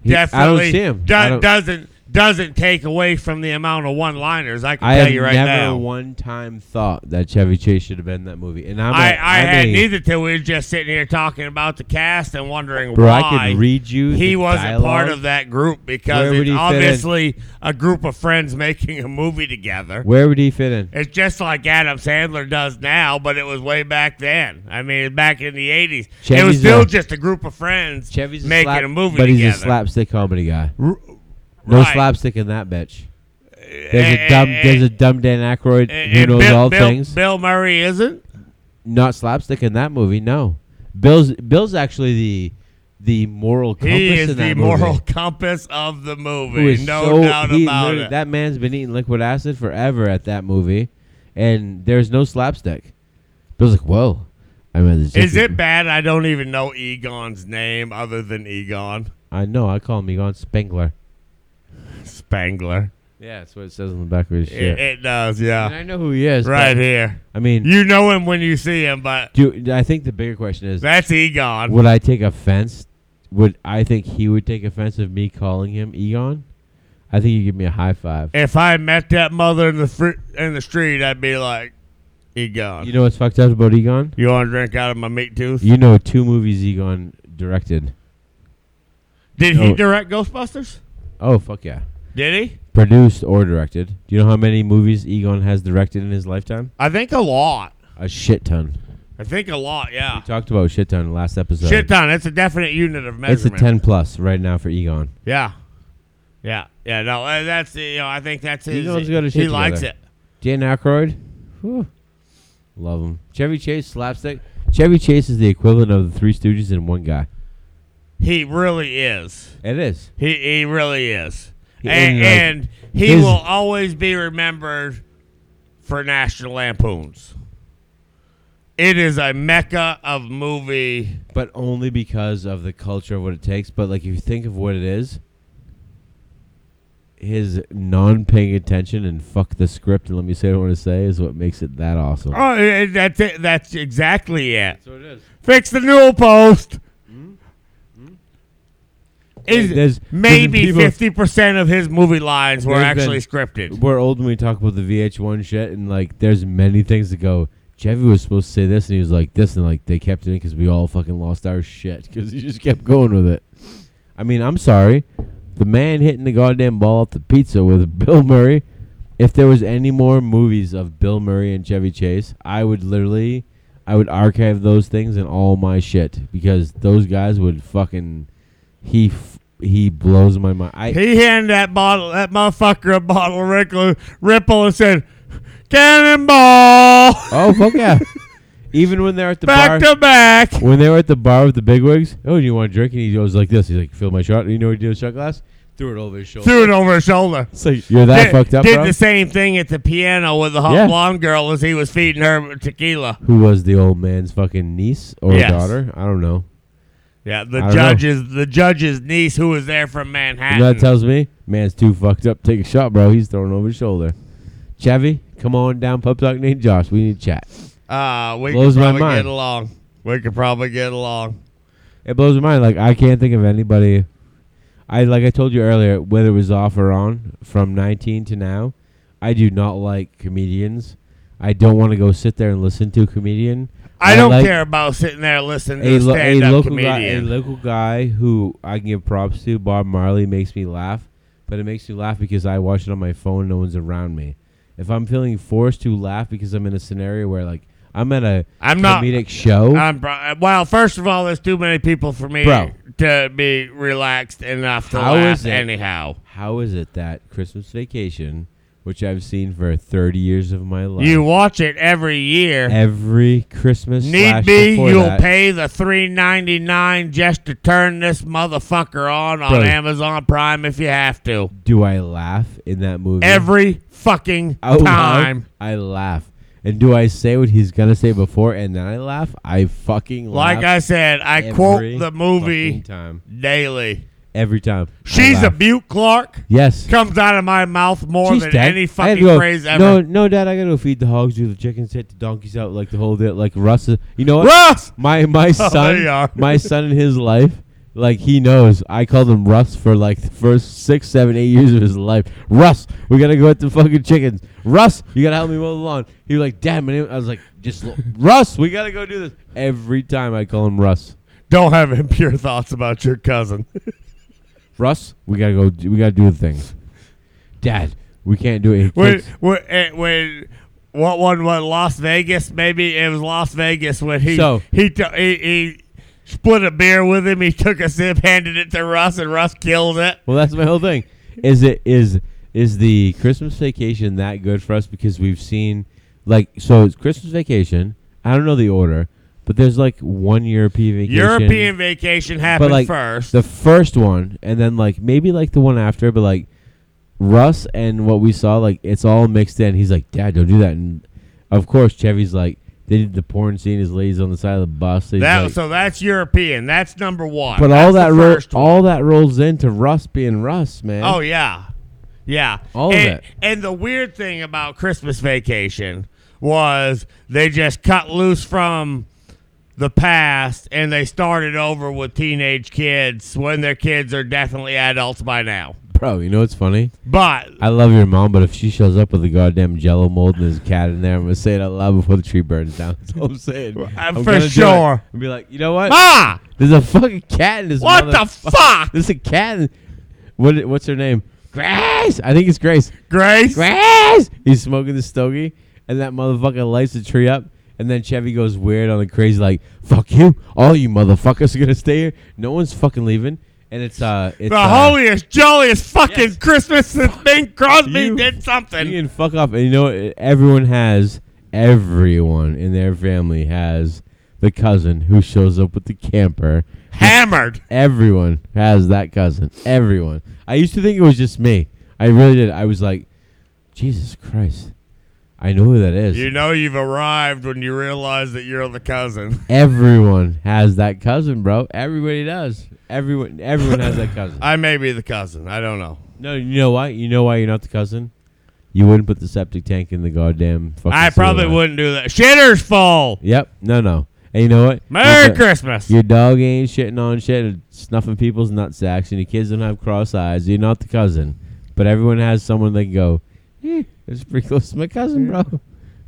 S3: He- I don't
S1: definitely
S3: see him.
S1: do-
S3: I don't-
S1: doesn't doesn't take away from the amount of one liners. I can
S3: I
S1: tell
S3: have
S1: you right
S3: never
S1: now.
S3: one time thought that Chevy Chase should have been in that movie, and I'm a-
S1: I, I
S3: I'm
S1: had
S3: a-
S1: neither till we were just sitting here talking about the cast and wondering
S3: Bro,
S1: why
S3: I could read you.
S1: he
S3: the
S1: wasn't part
S3: dialogue.
S1: of that group because
S3: Where
S1: it's
S3: would he fit in?
S1: obviously a group of friends making a movie together.
S3: Where would he fit in?
S1: It's just like Adam Sandler does now, but it was way back then. I mean, back in the '80s, it was
S3: Chevy's
S1: still
S3: a-
S1: just a group of friends
S3: Chevy's a
S1: making
S3: slap,
S1: a movie
S3: but he's
S1: together.
S3: a slapstick comedy guy.
S1: R-
S3: No
S1: right.
S3: slapstick in that bitch. There's
S1: Eh,
S3: a dumb,
S1: eh,
S3: there's a dumb Dan Aykroyd
S1: And-
S3: who
S1: and
S3: knows
S1: Bill,
S3: all
S1: Bill-
S3: things.
S1: Bill Murray isn't.
S3: Not slapstick in that movie. No, Bill's Bill's actually the the moral compass
S1: He is
S3: in that
S1: the
S3: movie.
S1: moral compass of the movie.
S3: who is
S1: no
S3: so-
S1: doubt
S3: he
S1: about
S3: literally-
S1: it.
S3: That man's been eating liquid acid forever at that movie, and there's no slapstick. Bill's like, whoa. I mean, this
S1: Is it bad? I don't even know Egon's name other than Egon
S3: I know. I call him Egon Spengler.
S1: Spangler.
S3: Yeah, that's what it says on the back of his
S1: It,
S3: shirt.
S1: it does,
S3: and
S1: yeah.
S3: I know who he is. but-
S1: Right here.
S3: I mean,
S1: You know him when you see him, but
S3: do, I think the bigger question is,
S1: that's Egon.
S3: would I take offense? Would I think he would take offense of me calling him Egon? I think you give me a high five.
S1: If I met that mother in the fr- in the street, I'd be like, Egon.
S3: You
S1: You,
S3: know what's fucked up about Egon?
S1: want to drink out of my meat tooth?
S3: You know two movies Egon directed.
S1: Did he
S3: No.
S1: direct Ghostbusters?
S3: Oh fuck yeah.
S1: Did he?
S3: produced or directed. Do you know how many movies Egon has directed in his lifetime?
S1: I think a lot.
S3: A shit ton.
S1: I think a lot.
S3: We
S1: Yeah.
S3: talked about shit ton last episode.
S1: Ah. Shit ton. That's a definite unit of
S3: It's
S1: measurement.
S3: a ten plus right now for Egon.
S1: Yeah. Yeah. Yeah. No, uh, that's the- you know I think that's his.
S3: Egon's got his
S1: he
S3: shit
S1: likes
S3: together.
S1: it.
S3: Dan Aykroyd, whew, love him. Chevy Chase slapstick. Chevy Chase is the equivalent of the Three Stooges in one guy.
S1: He really is.
S3: It is.
S1: He he really is.
S3: He-
S1: and,
S3: and,
S1: and
S3: like,
S1: he
S3: his-
S1: will always be remembered for National Lampoons. It is a mecca of movie.
S3: But only because of the culture of what it takes. But like, if you think of what it is, his non-paying attention and fuck the script and let me say what I want to say is what makes it that awesome.
S1: Oh, eh, that's it. That's exactly it.
S3: So it is.
S1: Fix the newel post. Mm-hmm. Is
S3: There's- there's
S1: maybe
S3: people-
S1: fifty percent of his movie lines were
S3: There's been-
S1: actually scripted.
S3: We're old when we talk about the VH1 shit, and like, there's many things that go. Chevy was supposed to say this, and he was like this, and like they kept it in because we all fucking lost our shit because he just kept going with it. I mean, I'm sorry, the man hitting the goddamn ball off the pizza with Bill Murray. If there was any more movies of Bill Murray and Chevy Chase, I would literally, I would archive those things in all my shit because those guys would fucking, he f- he blows my mind. I,
S1: He handed that bottle, that motherfucker, a bottle of Ripple, Ripple and said, "Cannonball,
S3: Oh fuck yeah! Even when they're at the
S1: back
S3: bar,
S1: to back."
S3: when they were at the bar with the bigwigs, oh, you want a drink? And he goes like this. He's like, "Fill my shot." You know what he did with shot glass? Threw it over his shoulder.
S1: Threw it over his shoulder.
S3: It's like you're that
S1: did,
S3: fucked up,
S1: Did
S3: bro.
S1: the same thing at the piano with the hot
S3: Yeah.
S1: blonde girl as he was feeding her tequila.
S3: Who was the old man's fucking niece or
S1: Yes.
S3: daughter? I don't know.
S1: Yeah, the
S3: I don't know.
S1: judge's the judge's niece who was there from
S3: You
S1: Manhattan.
S3: know what that tells me? Man's too fucked up. Take a shot, bro. He's throwing over his shoulder. Chevy, come on down, pub talk named Josh. We need to chat.
S1: Uh, we
S3: Blows
S1: could
S3: my
S1: probably
S3: mind.
S1: get along. We could probably get along.
S3: It blows my mind. Like I can't think of anybody. I like I told you earlier, whether it was off or on from 19 to now, I do not like comedians. I don't want to go sit there and listen to a comedian.
S1: I, don't
S3: like
S1: care about sitting there listening to
S3: A,
S1: a
S3: lo- a
S1: stand-up
S3: local guy, a
S1: comedian.
S3: local guy who I can give props to, Bob Marley, makes me laugh. But it makes me laugh because I watch it on my phone. No one's around me. If I'm feeling forced to laugh because I'm in a scenario where like I'm at a
S1: I'm not.
S3: comedic show,
S1: I'm bro- well, first of all, there's too many people for me
S3: Bro.
S1: to be relaxed enough to
S3: How
S1: laugh
S3: is it-
S1: anyhow.
S3: How is it that Christmas Vacation, which I've seen for 30 years of my life,
S1: You watch it every year.
S3: every Christmas
S1: Need
S3: slash
S1: be,
S3: before
S1: you'll
S3: that,
S1: pay the three ninety nine just to turn this motherfucker on on
S3: Bro.
S1: Amazon Prime if you have to.
S3: do I laugh in that movie?
S1: Every fucking
S3: Out loud,
S1: time.
S3: I laugh. And do I say what he's gonna say before, and then I laugh? I fucking laugh.
S1: Like I said, I
S3: every
S1: quote the movie
S3: fucking time
S1: daily.
S3: every time. I
S1: She's a
S3: laugh.
S1: Butte Clark.
S3: yes.
S1: Comes out of my mouth more
S3: She's
S1: than
S3: dead. I
S1: any
S3: had to
S1: fucking
S3: go,
S1: phrase ever.
S3: No, no, Dad, I gotta go feed the hogs, do the chickens, hit the donkeys out, like the whole day, like Russ. is- You know what?
S1: Russ!
S3: My my
S1: Oh, there you
S3: son,
S1: are.
S3: my son in his life, like he knows. I called him Russ for like the first six, seven, eight years of his life. Russ, we gotta go at the fucking chickens. Russ, you gotta help me mow the lawn. He was like, "Damn it!" I was like, "Just l- Russ, we gotta go do this." Every time I call him Russ,
S1: Don't have impure thoughts about your cousin.
S3: Russ, we gotta go. Do, we gotta do the things. Dad, we can't do it. It
S1: when,
S3: takes-
S1: when, eh, when what one was Las Vegas? Maybe it was Las Vegas when he
S3: So-
S1: he, t- he he split a beer with him. He took a sip, handed it to Russ, and Russ killed it.
S3: Well, that's my whole thing. Is it is is the Christmas vacation that good for us because we've seen like so it's Christmas vacation. I don't know the order, but there's like one European vacation.
S1: European vacation happened
S3: like,
S1: first.
S3: The first one, and then like maybe like the one after, but like Russ and what we saw, like it's all mixed in. He's like, Dad, don't do that. And of course, Chevy's like, they did the porn scene. His lady's on the side of the bus. He's
S1: that
S3: like-
S1: so that's European. That's number one.
S3: but
S1: That's
S3: all
S1: the
S3: that ro-
S1: first one.
S3: all that rolls into Russ being Russ, man.
S1: Oh yeah, yeah.
S3: All of
S1: and,
S3: it.
S1: And the weird thing about Christmas Vacation was they just cut loose from the past and they started over with teenage kids when their kids are definitely adults by now.
S3: bro, you know what's funny?
S1: But
S3: I love your mom, but if she shows up with a goddamn jello mold and there's a cat in there, I'm gonna say it out loud before the tree burns down. That's all I'm saying. I'm
S1: for
S3: gonna do it.
S1: sure.
S3: And be like, you know what?
S1: ah,
S3: There's a fucking cat in this.
S1: what the
S3: mother-
S1: fuck,
S3: There's a cat. In- what? i- What's her name? Grace. I think it's Grace.
S1: Grace?
S3: Grace. He's smoking the stogie, and that motherfucker lights the tree up. And then Chevy goes weird on the crazy, like "fuck you, all you motherfuckers are gonna stay here. No one's fucking leaving." And it's uh, it's
S1: The
S3: uh,
S1: holiest, jolliest fucking
S3: Yes.
S1: Christmas since Bing Crosby
S3: You-
S1: did something.
S3: You can fuck off. And you know what? Everyone has, everyone in their family has the cousin who shows up with the camper.
S1: Hammered.
S3: Everyone has that cousin. Everyone. I used to think it was just me. I really did. I was like, Jesus Christ. I know who that is.
S1: You know you've arrived when you realize that you're the cousin.
S3: Everyone has that cousin, bro. Everybody does. Everyone everyone has that cousin.
S1: I may be the cousin. I don't know.
S3: no, you know why? You know why you're not the cousin? You wouldn't put the septic tank in the goddamn fucking
S1: I
S3: sewer
S1: probably
S3: line.
S1: wouldn't do that. Shitter's full.
S3: Yep. No, no. And you know what?
S1: Merry
S3: Your do-
S1: Christmas.
S3: Your dog ain't shitting on shit and snuffing people's nut sacks, and your kids don't have cross eyes. You're not the cousin, but everyone has someone they can go. Eh, it's pretty close to my cousin, bro.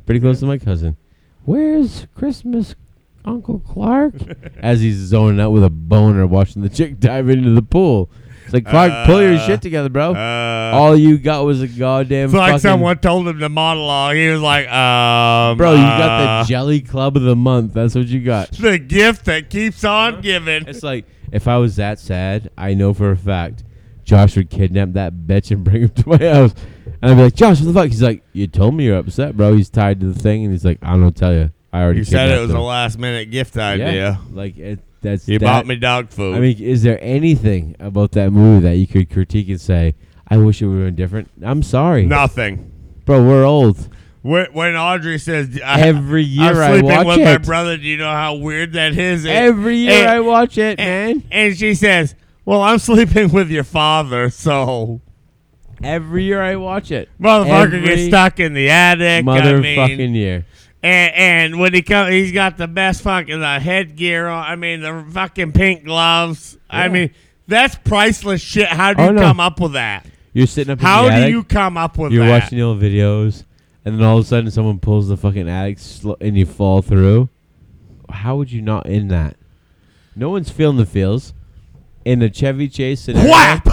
S3: Pretty close to my cousin. Where's Christmas, Uncle Clark? As he's zoning out with a boner, watching the chick dive into the pool. It's like Clark, pull your
S1: Uh,
S3: shit together, bro.
S1: Uh,
S3: All you got was a goddamn.
S1: It's like
S3: fucking-
S1: someone told him the monologue. He was like, um,
S3: Bro, you got
S1: uh,
S3: the Jelly Club of the month. That's what you got.
S1: the gift that keeps on giving.
S3: It's like if I was that sad, I know for a fact Josh would kidnap that bitch and bring him to my house. And I'd be like, Josh, what the fuck? He's like, You told me you're upset, bro. He's tied to the thing and he's like, I don't know, tell you. I already
S1: You said it
S3: kidnapped
S1: was
S3: him."
S1: a last minute gift idea.
S3: Yeah, like it that's
S1: You
S3: that-
S1: bought me dog food.
S3: I mean, is there anything about that movie that you could critique and say, I wish it would have been different? I'm sorry.
S1: Nothing.
S3: Bro, we're old.
S1: When, when Audrey says, I,
S3: Every year
S1: I'm
S3: I
S1: sleeping
S3: watch
S1: with
S3: it.
S1: my brother, do you know how weird that is? And-
S3: Every year
S1: and-
S3: I watch it, man.
S1: and, and she says, Well, I'm sleeping with your father, so.
S3: Every year I watch it.
S1: Motherfucker gets
S3: Every
S1: stuck in the attic. I mean,
S3: Motherfucking year.
S1: And, and when he comes, he's got the best fucking uh, headgear on. I mean, the fucking pink gloves. I
S3: Yeah.
S1: mean, that's priceless shit. How do you
S3: Oh, no.
S1: come up with that?
S3: You're sitting up in
S1: How
S3: the
S1: do
S3: attic.
S1: you come up with
S3: You're
S1: that?
S3: watching the old videos, and then all of a sudden someone pulls the fucking attic sl- and you fall through. How would you not end that? No one's feeling the feels. In the Chevy Chase scenario,
S1: Whap!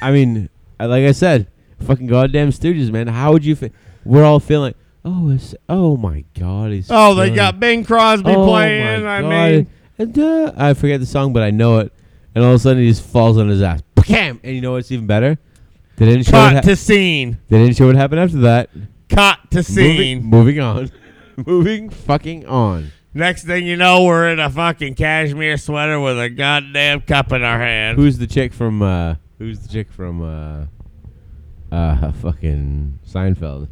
S3: I mean, I- like I said, fucking goddamn Stooges, man. How would you feel? We're all feeling. Oh, it's, oh my god! He's
S1: oh, they
S3: feeling-
S1: got Bing Crosby
S3: oh
S1: playing.
S3: My
S1: I
S3: god.
S1: mean,
S3: And, uh, I forget the song, but I know it. And all of a sudden, he just falls on his ass. Bam! And you know what's even better? They didn't show. What
S1: cut
S3: ha-
S1: to scene.
S3: they didn't show what happened after that.
S1: Cut to
S3: Moving,
S1: scene.
S3: moving on. moving fucking on.
S1: Next thing you know, we're in a fucking cashmere sweater with a goddamn cup in our hand.
S3: Who's the chick from uh who's the chick from uh uh fucking Seinfeld?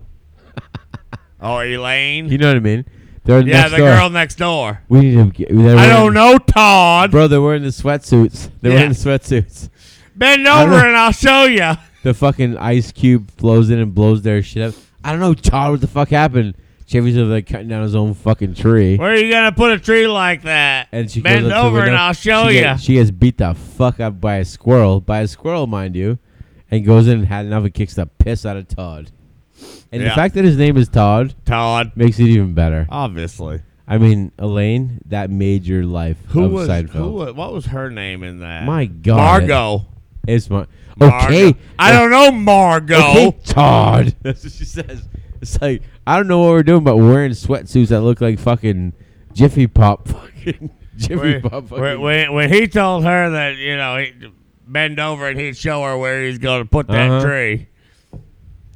S1: oh, Elaine.
S3: You know what I mean? They're
S1: yeah,
S3: next
S1: the
S3: door.
S1: girl next door.
S3: We need to get
S1: I don't know, Todd.
S3: Bro, they're wearing the sweatsuits. They're
S1: Yeah.
S3: wearing the sweatsuits.
S1: Bend
S3: I don't
S1: over
S3: know.
S1: and I'll show you.
S3: The fucking ice cube blows in and blows their shit up. I don't know, Todd, what the fuck happened? Chevy's over there cutting down his own fucking tree.
S1: Where are you gonna put a tree like that?
S3: And she
S1: bend
S3: goes up to the
S1: over and
S3: window.
S1: I'll show
S3: she
S1: you.
S3: Gets, she gets beat the fuck up by a squirrel, by a squirrel, mind you, and goes in and had enough and kicks the piss out of Todd. And
S1: Yeah.
S3: the fact that his name is Todd
S1: Todd,
S3: makes it even better.
S1: obviously.
S3: I mean, Elaine, that made your life
S1: Who
S3: of
S1: was
S3: Seinfeld.
S1: who? Was, what was her name in that?
S3: My God,
S1: Margot.
S3: it's my
S1: Margo.
S3: okay.
S1: I don't know Margot.
S3: Okay, Todd. That's what she says. It's like I don't know what we're doing, but we're wearing sweatsuits that look like fucking Jiffy Pop, fucking Jiffy
S1: When,
S3: Pop. Fucking
S1: when, when- when he told her that you know he'd bend over and he'd show her where he's gonna put that
S3: Uh-huh.
S1: tree.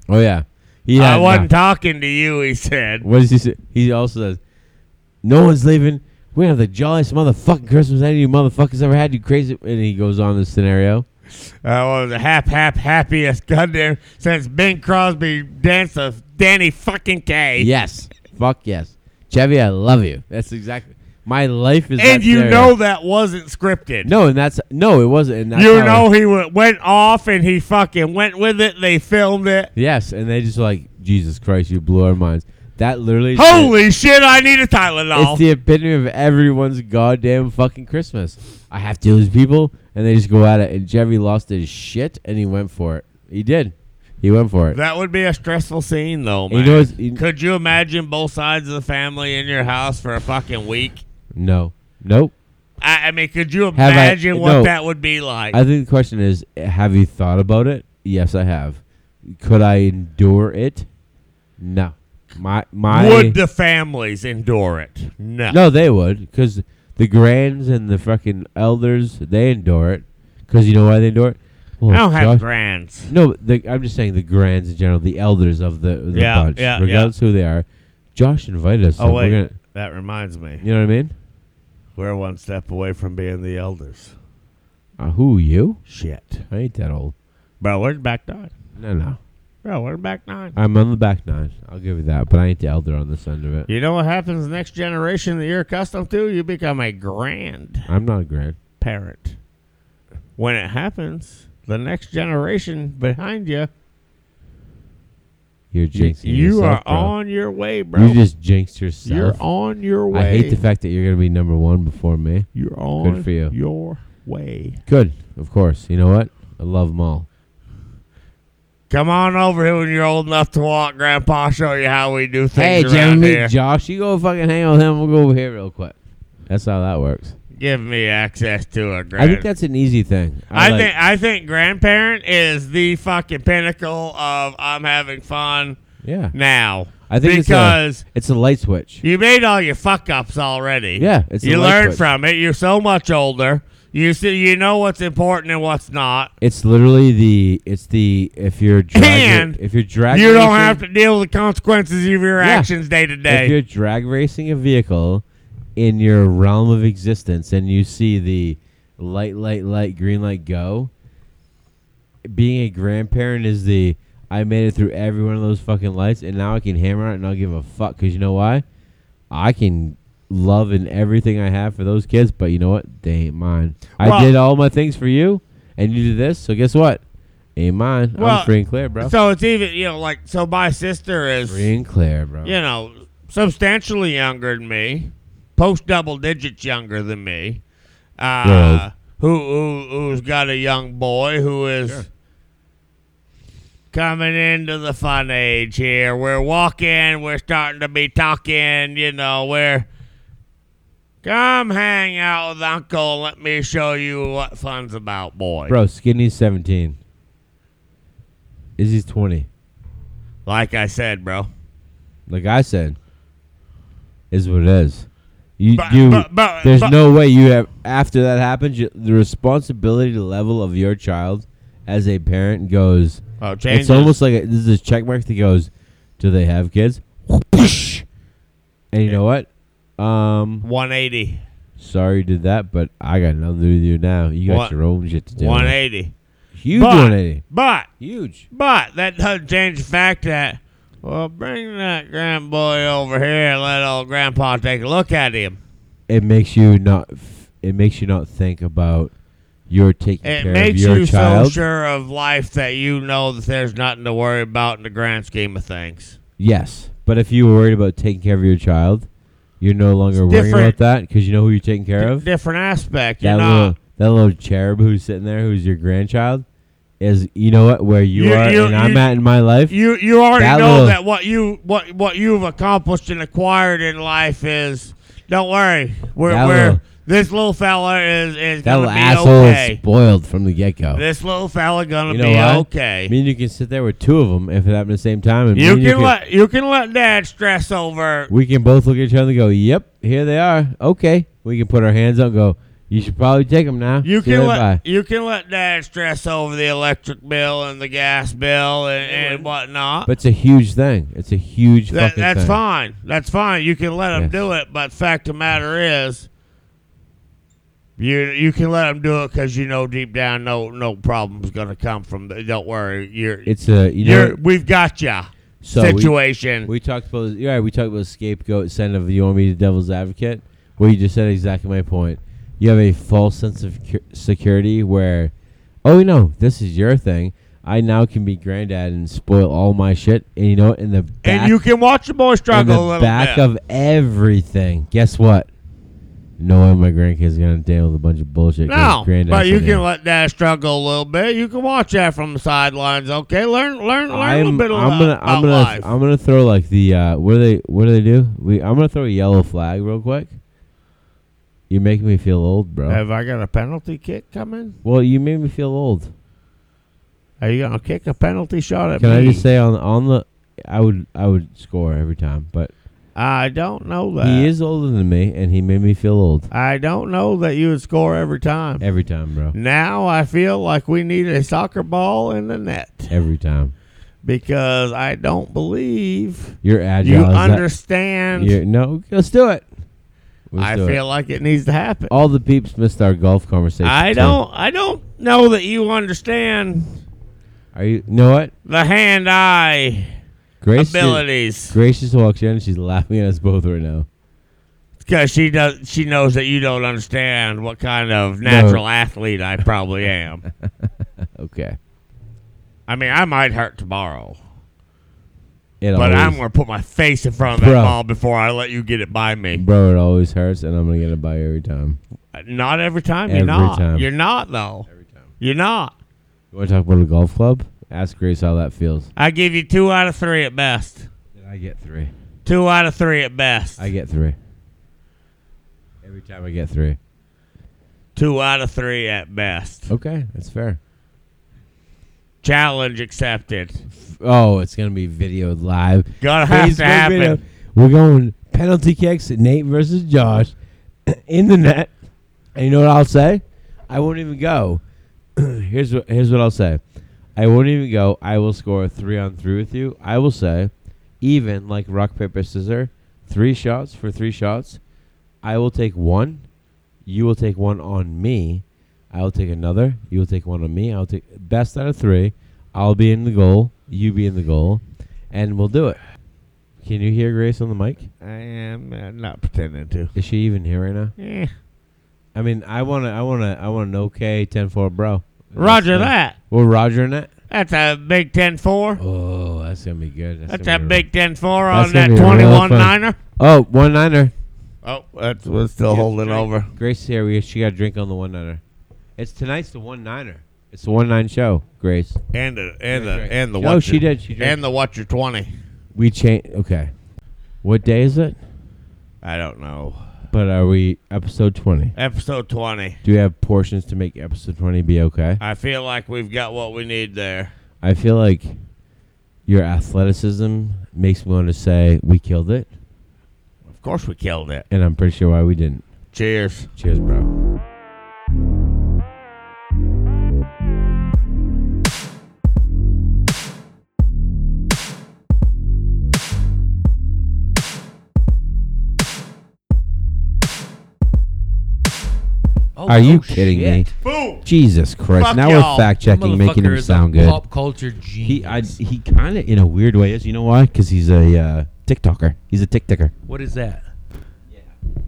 S3: oh yeah, he
S1: I
S3: had- nah.
S1: wasn't talking to you. He said.
S3: What does he say? He also says, "No one's leaving. We have the jolliest motherfucking Christmas any of you motherfuckers ever had. You crazy!" And he goes on this scenario.
S1: I Uh, was the hap hap happiest goddamn since Bing Crosby danced with Danny fucking K.
S3: Yes, fuck yes, Chevy, I love you. That's exactly my life is.
S1: And
S3: that
S1: you
S3: scenario.
S1: know that wasn't scripted.
S3: no, and that's no, it wasn't. And that's
S1: you
S3: how-
S1: know he went, went off and he fucking went with it. They filmed it.
S3: yes, and they just like Jesus Christ, you blew our minds. That literally, is the-
S1: Holy shit! I need a
S3: it's
S1: Tylenol.
S3: the epitome of everyone's goddamn fucking Christmas. I have to lose people, and they just go at it. And Chevy lost his shit, and he went for it. He did. He went for it.
S1: that would be a stressful scene, though,
S3: And
S1: man.
S3: you know, what's- you-
S1: Could you imagine both sides of the family in your house for a fucking week?
S3: No. Nope.
S1: I, I mean, could you
S3: I-
S1: imagine what
S3: no.
S1: that would be like?
S3: I think the question is have you thought about it? Yes, I have. Could I endure it? No. My my
S1: would the families endure it? No.
S3: No, they would cuz the grands and the fucking elders, they endure it cuz you know why they endure it? Well,
S1: I don't have
S3: Josh-
S1: grands.
S3: No, the, I'm just saying the grands in general, the elders of the, the
S1: Yeah,
S3: bunch,
S1: yeah, yeah.
S3: regardless who they are. Josh invited us.
S1: Oh
S3: so we're
S1: wait,
S3: gonna-
S1: that reminds me.
S3: you know what I mean?
S1: We're one step away from being the elders.
S3: Uh, who you?
S1: Shit.
S3: I ain't that old.
S1: Bro, we're in back nine.
S3: No, no.
S1: Bro, we're in back nine.
S3: I'm on the back nine. I'll give you that, but I ain't the elder on this end of it.
S1: You know what happens next generation that you're accustomed to? You become a grandparent.
S3: I'm not a grand.
S1: When it happens, the next generation behind you,
S3: You're
S1: you,
S3: jinxing
S1: you
S3: yourself,
S1: are
S3: bro.
S1: on your way, bro.
S3: You just jinxed yourself.
S1: You're on your way.
S3: I hate the fact that you're gonna be number one before me.
S1: You're on
S3: for you.
S1: your way.
S3: Good, of course. You know what? I love them all.
S1: Come on over here when you're old enough to walk, Grandpa. I'll show you how we do things
S3: Hey,
S1: around
S3: Jeremy,
S1: here.
S3: Josh, you go fucking hang on him. We'll go over here real quick. That's how that works.
S1: Give me access to a grand.
S3: I think that's an easy thing.
S1: I,
S3: like-
S1: think I think grandparent is the fucking pinnacle of I'm having fun
S3: Yeah,
S1: now.
S3: I think it's a-
S1: because
S3: it's a light switch.
S1: you made all your fuck ups already.
S3: Yeah, it's a
S1: you
S3: light
S1: learn
S3: switch.
S1: from it. You're so much older. You see, you know what's important and what's not.
S3: It's literally the it's the if you're drag
S1: And
S3: if you're drag
S1: You don't
S3: racing-
S1: have to deal with the consequences of your
S3: Yeah.
S1: actions day to
S3: if
S1: day.
S3: you're drag racing a vehicle in your realm of existence and you see the light light light green light go being a grandparent is the i made it through every one of those fucking lights and now i can hammer it and i'll give a fuck because you know why i can love in everything i have for those kids but you know what they ain't mine i
S1: Well-
S3: did all my things for you and you did this so guess what ain't mine
S1: Well,
S3: i'm free and clear bro
S1: So it's even you know like so my sister is
S3: free and clear bro
S1: you know, substantially younger than me, post double digits younger than me, uh,
S3: Right.
S1: who, who who's got a young boy who is coming into the fun age here. We're walking, we're starting to be talking, you know, we're come hang out with Uncle. Let me show you what fun's about, boy.
S3: Bro, Skinny's 17. Izzy's 20.
S1: Like I said, bro.
S3: Like I said, is what it is. You,
S1: But-
S3: you
S1: but- but-
S3: there's
S1: but-
S3: no way you have, after that happens, you, the responsibility level of your child as a parent goes,
S1: Oh, change
S3: it's almost like a, this is a check mark that goes, do they have kids? And you know what? Um,
S1: 180.
S3: sorry you did that, but I got nothing to do with you now. You got
S1: One-
S3: your own shit to do.
S1: 180.
S3: Huge
S1: But-
S3: 180.
S1: But
S3: Huge.
S1: But that doesn't change the fact that, well, bring that grand boy over here and let old grandpa take a look at him.
S3: it makes you not f- it makes you not think about your taking
S1: It
S3: care
S1: makes
S3: of your
S1: you
S3: child.
S1: so sure of life that you know that there's nothing to worry about in the grand scheme of things.
S3: Yes, but if you were worried about taking care of your child, you're no longer worrying
S1: different.
S3: about that because you know who you're taking care of.
S1: Different aspect.
S3: That
S1: You're
S3: little
S1: not.
S3: that little cherub who's sitting there, who's your grandchild, is you know what where you,
S1: You-
S3: are
S1: you-
S3: and I'm
S1: you-
S3: at in my life.
S1: You you already
S3: that
S1: know
S3: little-
S1: that what you what what you've accomplished and acquired in life is. Don't worry, we're
S3: That
S1: we're
S3: little-
S1: this little fella is is
S3: that
S1: gonna
S3: little
S1: be
S3: asshole is
S1: okay.
S3: spoiled from the get go.
S1: This little fella gonna
S3: You know
S1: be
S3: why?
S1: okay.
S3: I mean, you can sit there with two of them if it happened at the same time, and me
S1: You
S3: and
S1: can let you can let dad stress over.
S3: we can both look at each other and go, "Yep, here they are." Okay, we can put our hands up and go, "You should probably take them now."
S1: You
S3: See
S1: can
S3: you
S1: let
S3: bye."
S1: you can let dad stress over the electric bill and the gas bill and, and whatnot.
S3: But it's a huge thing. It's a huge
S1: that,
S3: fucking
S1: that's
S3: thing.
S1: fine. That's fine. You can let him
S3: Yes.
S1: do it. But fact of the matter is, you you can let him do it because you know deep down no no problem's gonna come from. The, don't worry, you're
S3: It's a you know.
S1: you're we've got ya
S3: So we-
S1: situation.
S3: We talked about yeah, we talked about scapegoat instead of you want me to devil's advocate. Well, you just said exactly my point. You have a false sense of cu- security where, oh no, this is your thing. I now can be granddad and spoil all my shit. And you know, what? in the back,
S1: and you can watch the boy
S3: in
S1: struggle a
S3: the
S1: little
S3: back
S1: bit.
S3: of everything. Guess what? No one, my grandkids gonna deal with a bunch of bullshit. 'cause
S1: No,
S3: granddad's
S1: but you
S3: not
S1: can
S3: here.
S1: let that struggle a little bit. You can watch that from the sidelines. Okay, learn, learn, learn a little
S3: I'm,
S1: bit of
S3: I'm gonna,
S1: about
S3: I'm gonna,
S1: life.
S3: I'm gonna throw like the uh, what do they, what do they do? We, I'm gonna throw a yellow flag real quick. You're making me feel old, bro.
S1: Have I got a penalty kick coming?
S3: well, you made me feel old.
S1: Are you gonna kick a penalty shot at
S3: Can
S1: me?
S3: I just say on, on the, I would, I would score every time, but
S1: I don't know that.
S3: he is older than me, and he made me feel old
S1: I don't know that you would score every time.
S3: every time, bro.
S1: Now I feel like we need a soccer ball in the net
S3: Every time.
S1: because I don't believe
S3: You're agile.
S1: you
S3: is that-
S1: understand
S3: you're- no, let's do it. Let's
S1: I
S3: do it.
S1: feel like it needs to happen.
S3: all the peeps missed our golf conversation.
S1: I
S3: too.
S1: don't. I don't know that you understand
S3: Are you? you know what?
S1: the hand-eye
S3: Grace. Is,
S1: abilities
S3: Grace just walks in and she's laughing at us both right now.
S1: because she does. She knows that you don't understand what kind of natural athlete I probably am.
S3: Okay.
S1: I mean, I might hurt tomorrow,
S3: It
S1: but
S3: always,
S1: I'm gonna put my face in front of that
S3: Bro.
S1: ball before I let you get it by me.
S3: bro. It always hurts, and I'm gonna get it by you every time.
S1: Not every time. You're
S3: Every
S1: not.
S3: time.
S1: You're not though.
S3: Every time.
S1: You're not.
S3: You want to talk about a golf club? Ask Grace how that feels.
S1: I give you two out of three at best.
S3: I get three.
S1: Two out of three at best.
S3: I get three. Every time I get three.
S1: two out of three at best.
S3: Okay, that's fair.
S1: Challenge accepted.
S3: Oh, it's gonna be videoed live.
S1: Gotta have to
S3: Facebook
S1: happen.
S3: video. We're going penalty kicks. Nate versus Josh in the net. And you know what I'll say? I won't even go. here's what here's what I'll say. I won't even go. I will score three on three with you. I will say, even like rock paper scissors, three shots for three shots. I will take one. You will take one on me. I will take another. You will take one on me. I'll take best out of three. I'll be in the goal. You be in the goal, and we'll do it. Can you hear Grace on the mic?
S1: I am uh, not pretending to.
S3: Is she even here right now?
S1: Eh.
S3: I mean, I wanna, I wanna, I want an okay ten four bro.
S1: Roger
S3: That's the-
S1: that.
S3: We're rogering it.
S1: That's a Big Ten four.
S3: Oh, that's gonna be good.
S1: That's
S3: gonna
S1: a
S3: be
S1: Big Ten four
S3: That's
S1: on
S3: gonna
S1: that
S3: be real
S1: twenty one
S3: fun.
S1: niner.
S3: Oh, one niner.
S1: Oh, that's we're still holding over.
S3: Grace is here. We, she got a drink on the one niner. It's tonight's the one niner. It's the one nine show, Grace.
S1: And the and the
S3: Drink, drink.
S1: and the
S3: Oh,
S1: Watcher-
S3: she did, she drank.
S1: and the Watcher twenty.
S3: We change. Okay, what day is it?
S1: I don't know.
S3: But are we episode twenty?
S1: Episode twenty.
S3: Do we have portions to make episode twenty be okay?
S1: I feel like we've got what we need there.
S3: I feel like your athleticism makes me want to say we killed it,
S1: Of course, we killed it.
S3: and I'm pretty sure why we didn't.
S1: Cheers.
S3: Cheers, bro.
S4: Oh,
S3: Are you
S4: oh,
S3: kidding me?
S4: shit.
S1: Boom.
S3: Jesus Christ!
S1: Fuck
S3: now
S1: y'all.
S3: we're fact checking, making
S4: Motherfucker
S3: him
S4: is a
S3: sound good.
S4: Pop culture genius.
S3: He, I, he kind of in a weird way is. You know why? Because he's a uh, TikToker. He's a TikToker.
S4: what is that?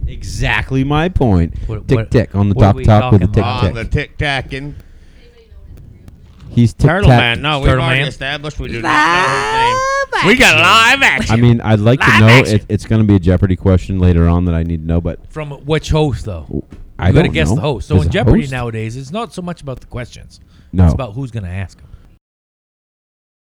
S3: Exactly my point.
S4: What-
S3: tick
S4: what-
S3: tick on the
S4: what are
S3: top
S4: we
S3: top with the tick
S4: talking
S1: On
S4: about?
S1: the
S3: tick.
S1: tic tacking.
S3: He's tic
S1: Turtle Man.
S3: tac.
S1: No, we've
S4: Turtle
S1: already
S4: Man.
S1: established we do not know his name. We got live action.
S3: I mean, I'd like to
S1: Live
S3: know.
S1: action.
S3: It, it's going to be a Jeopardy question later on that I need to know, but
S4: From which host though?
S3: I
S4: you gotta
S3: don't
S4: guess
S3: know.
S4: the host. So
S3: There's
S4: in
S3: a
S4: Jeopardy
S3: host? Oh.
S4: nowadays, it's not so much about the questions.
S3: No.
S4: It's about who's gonna ask them.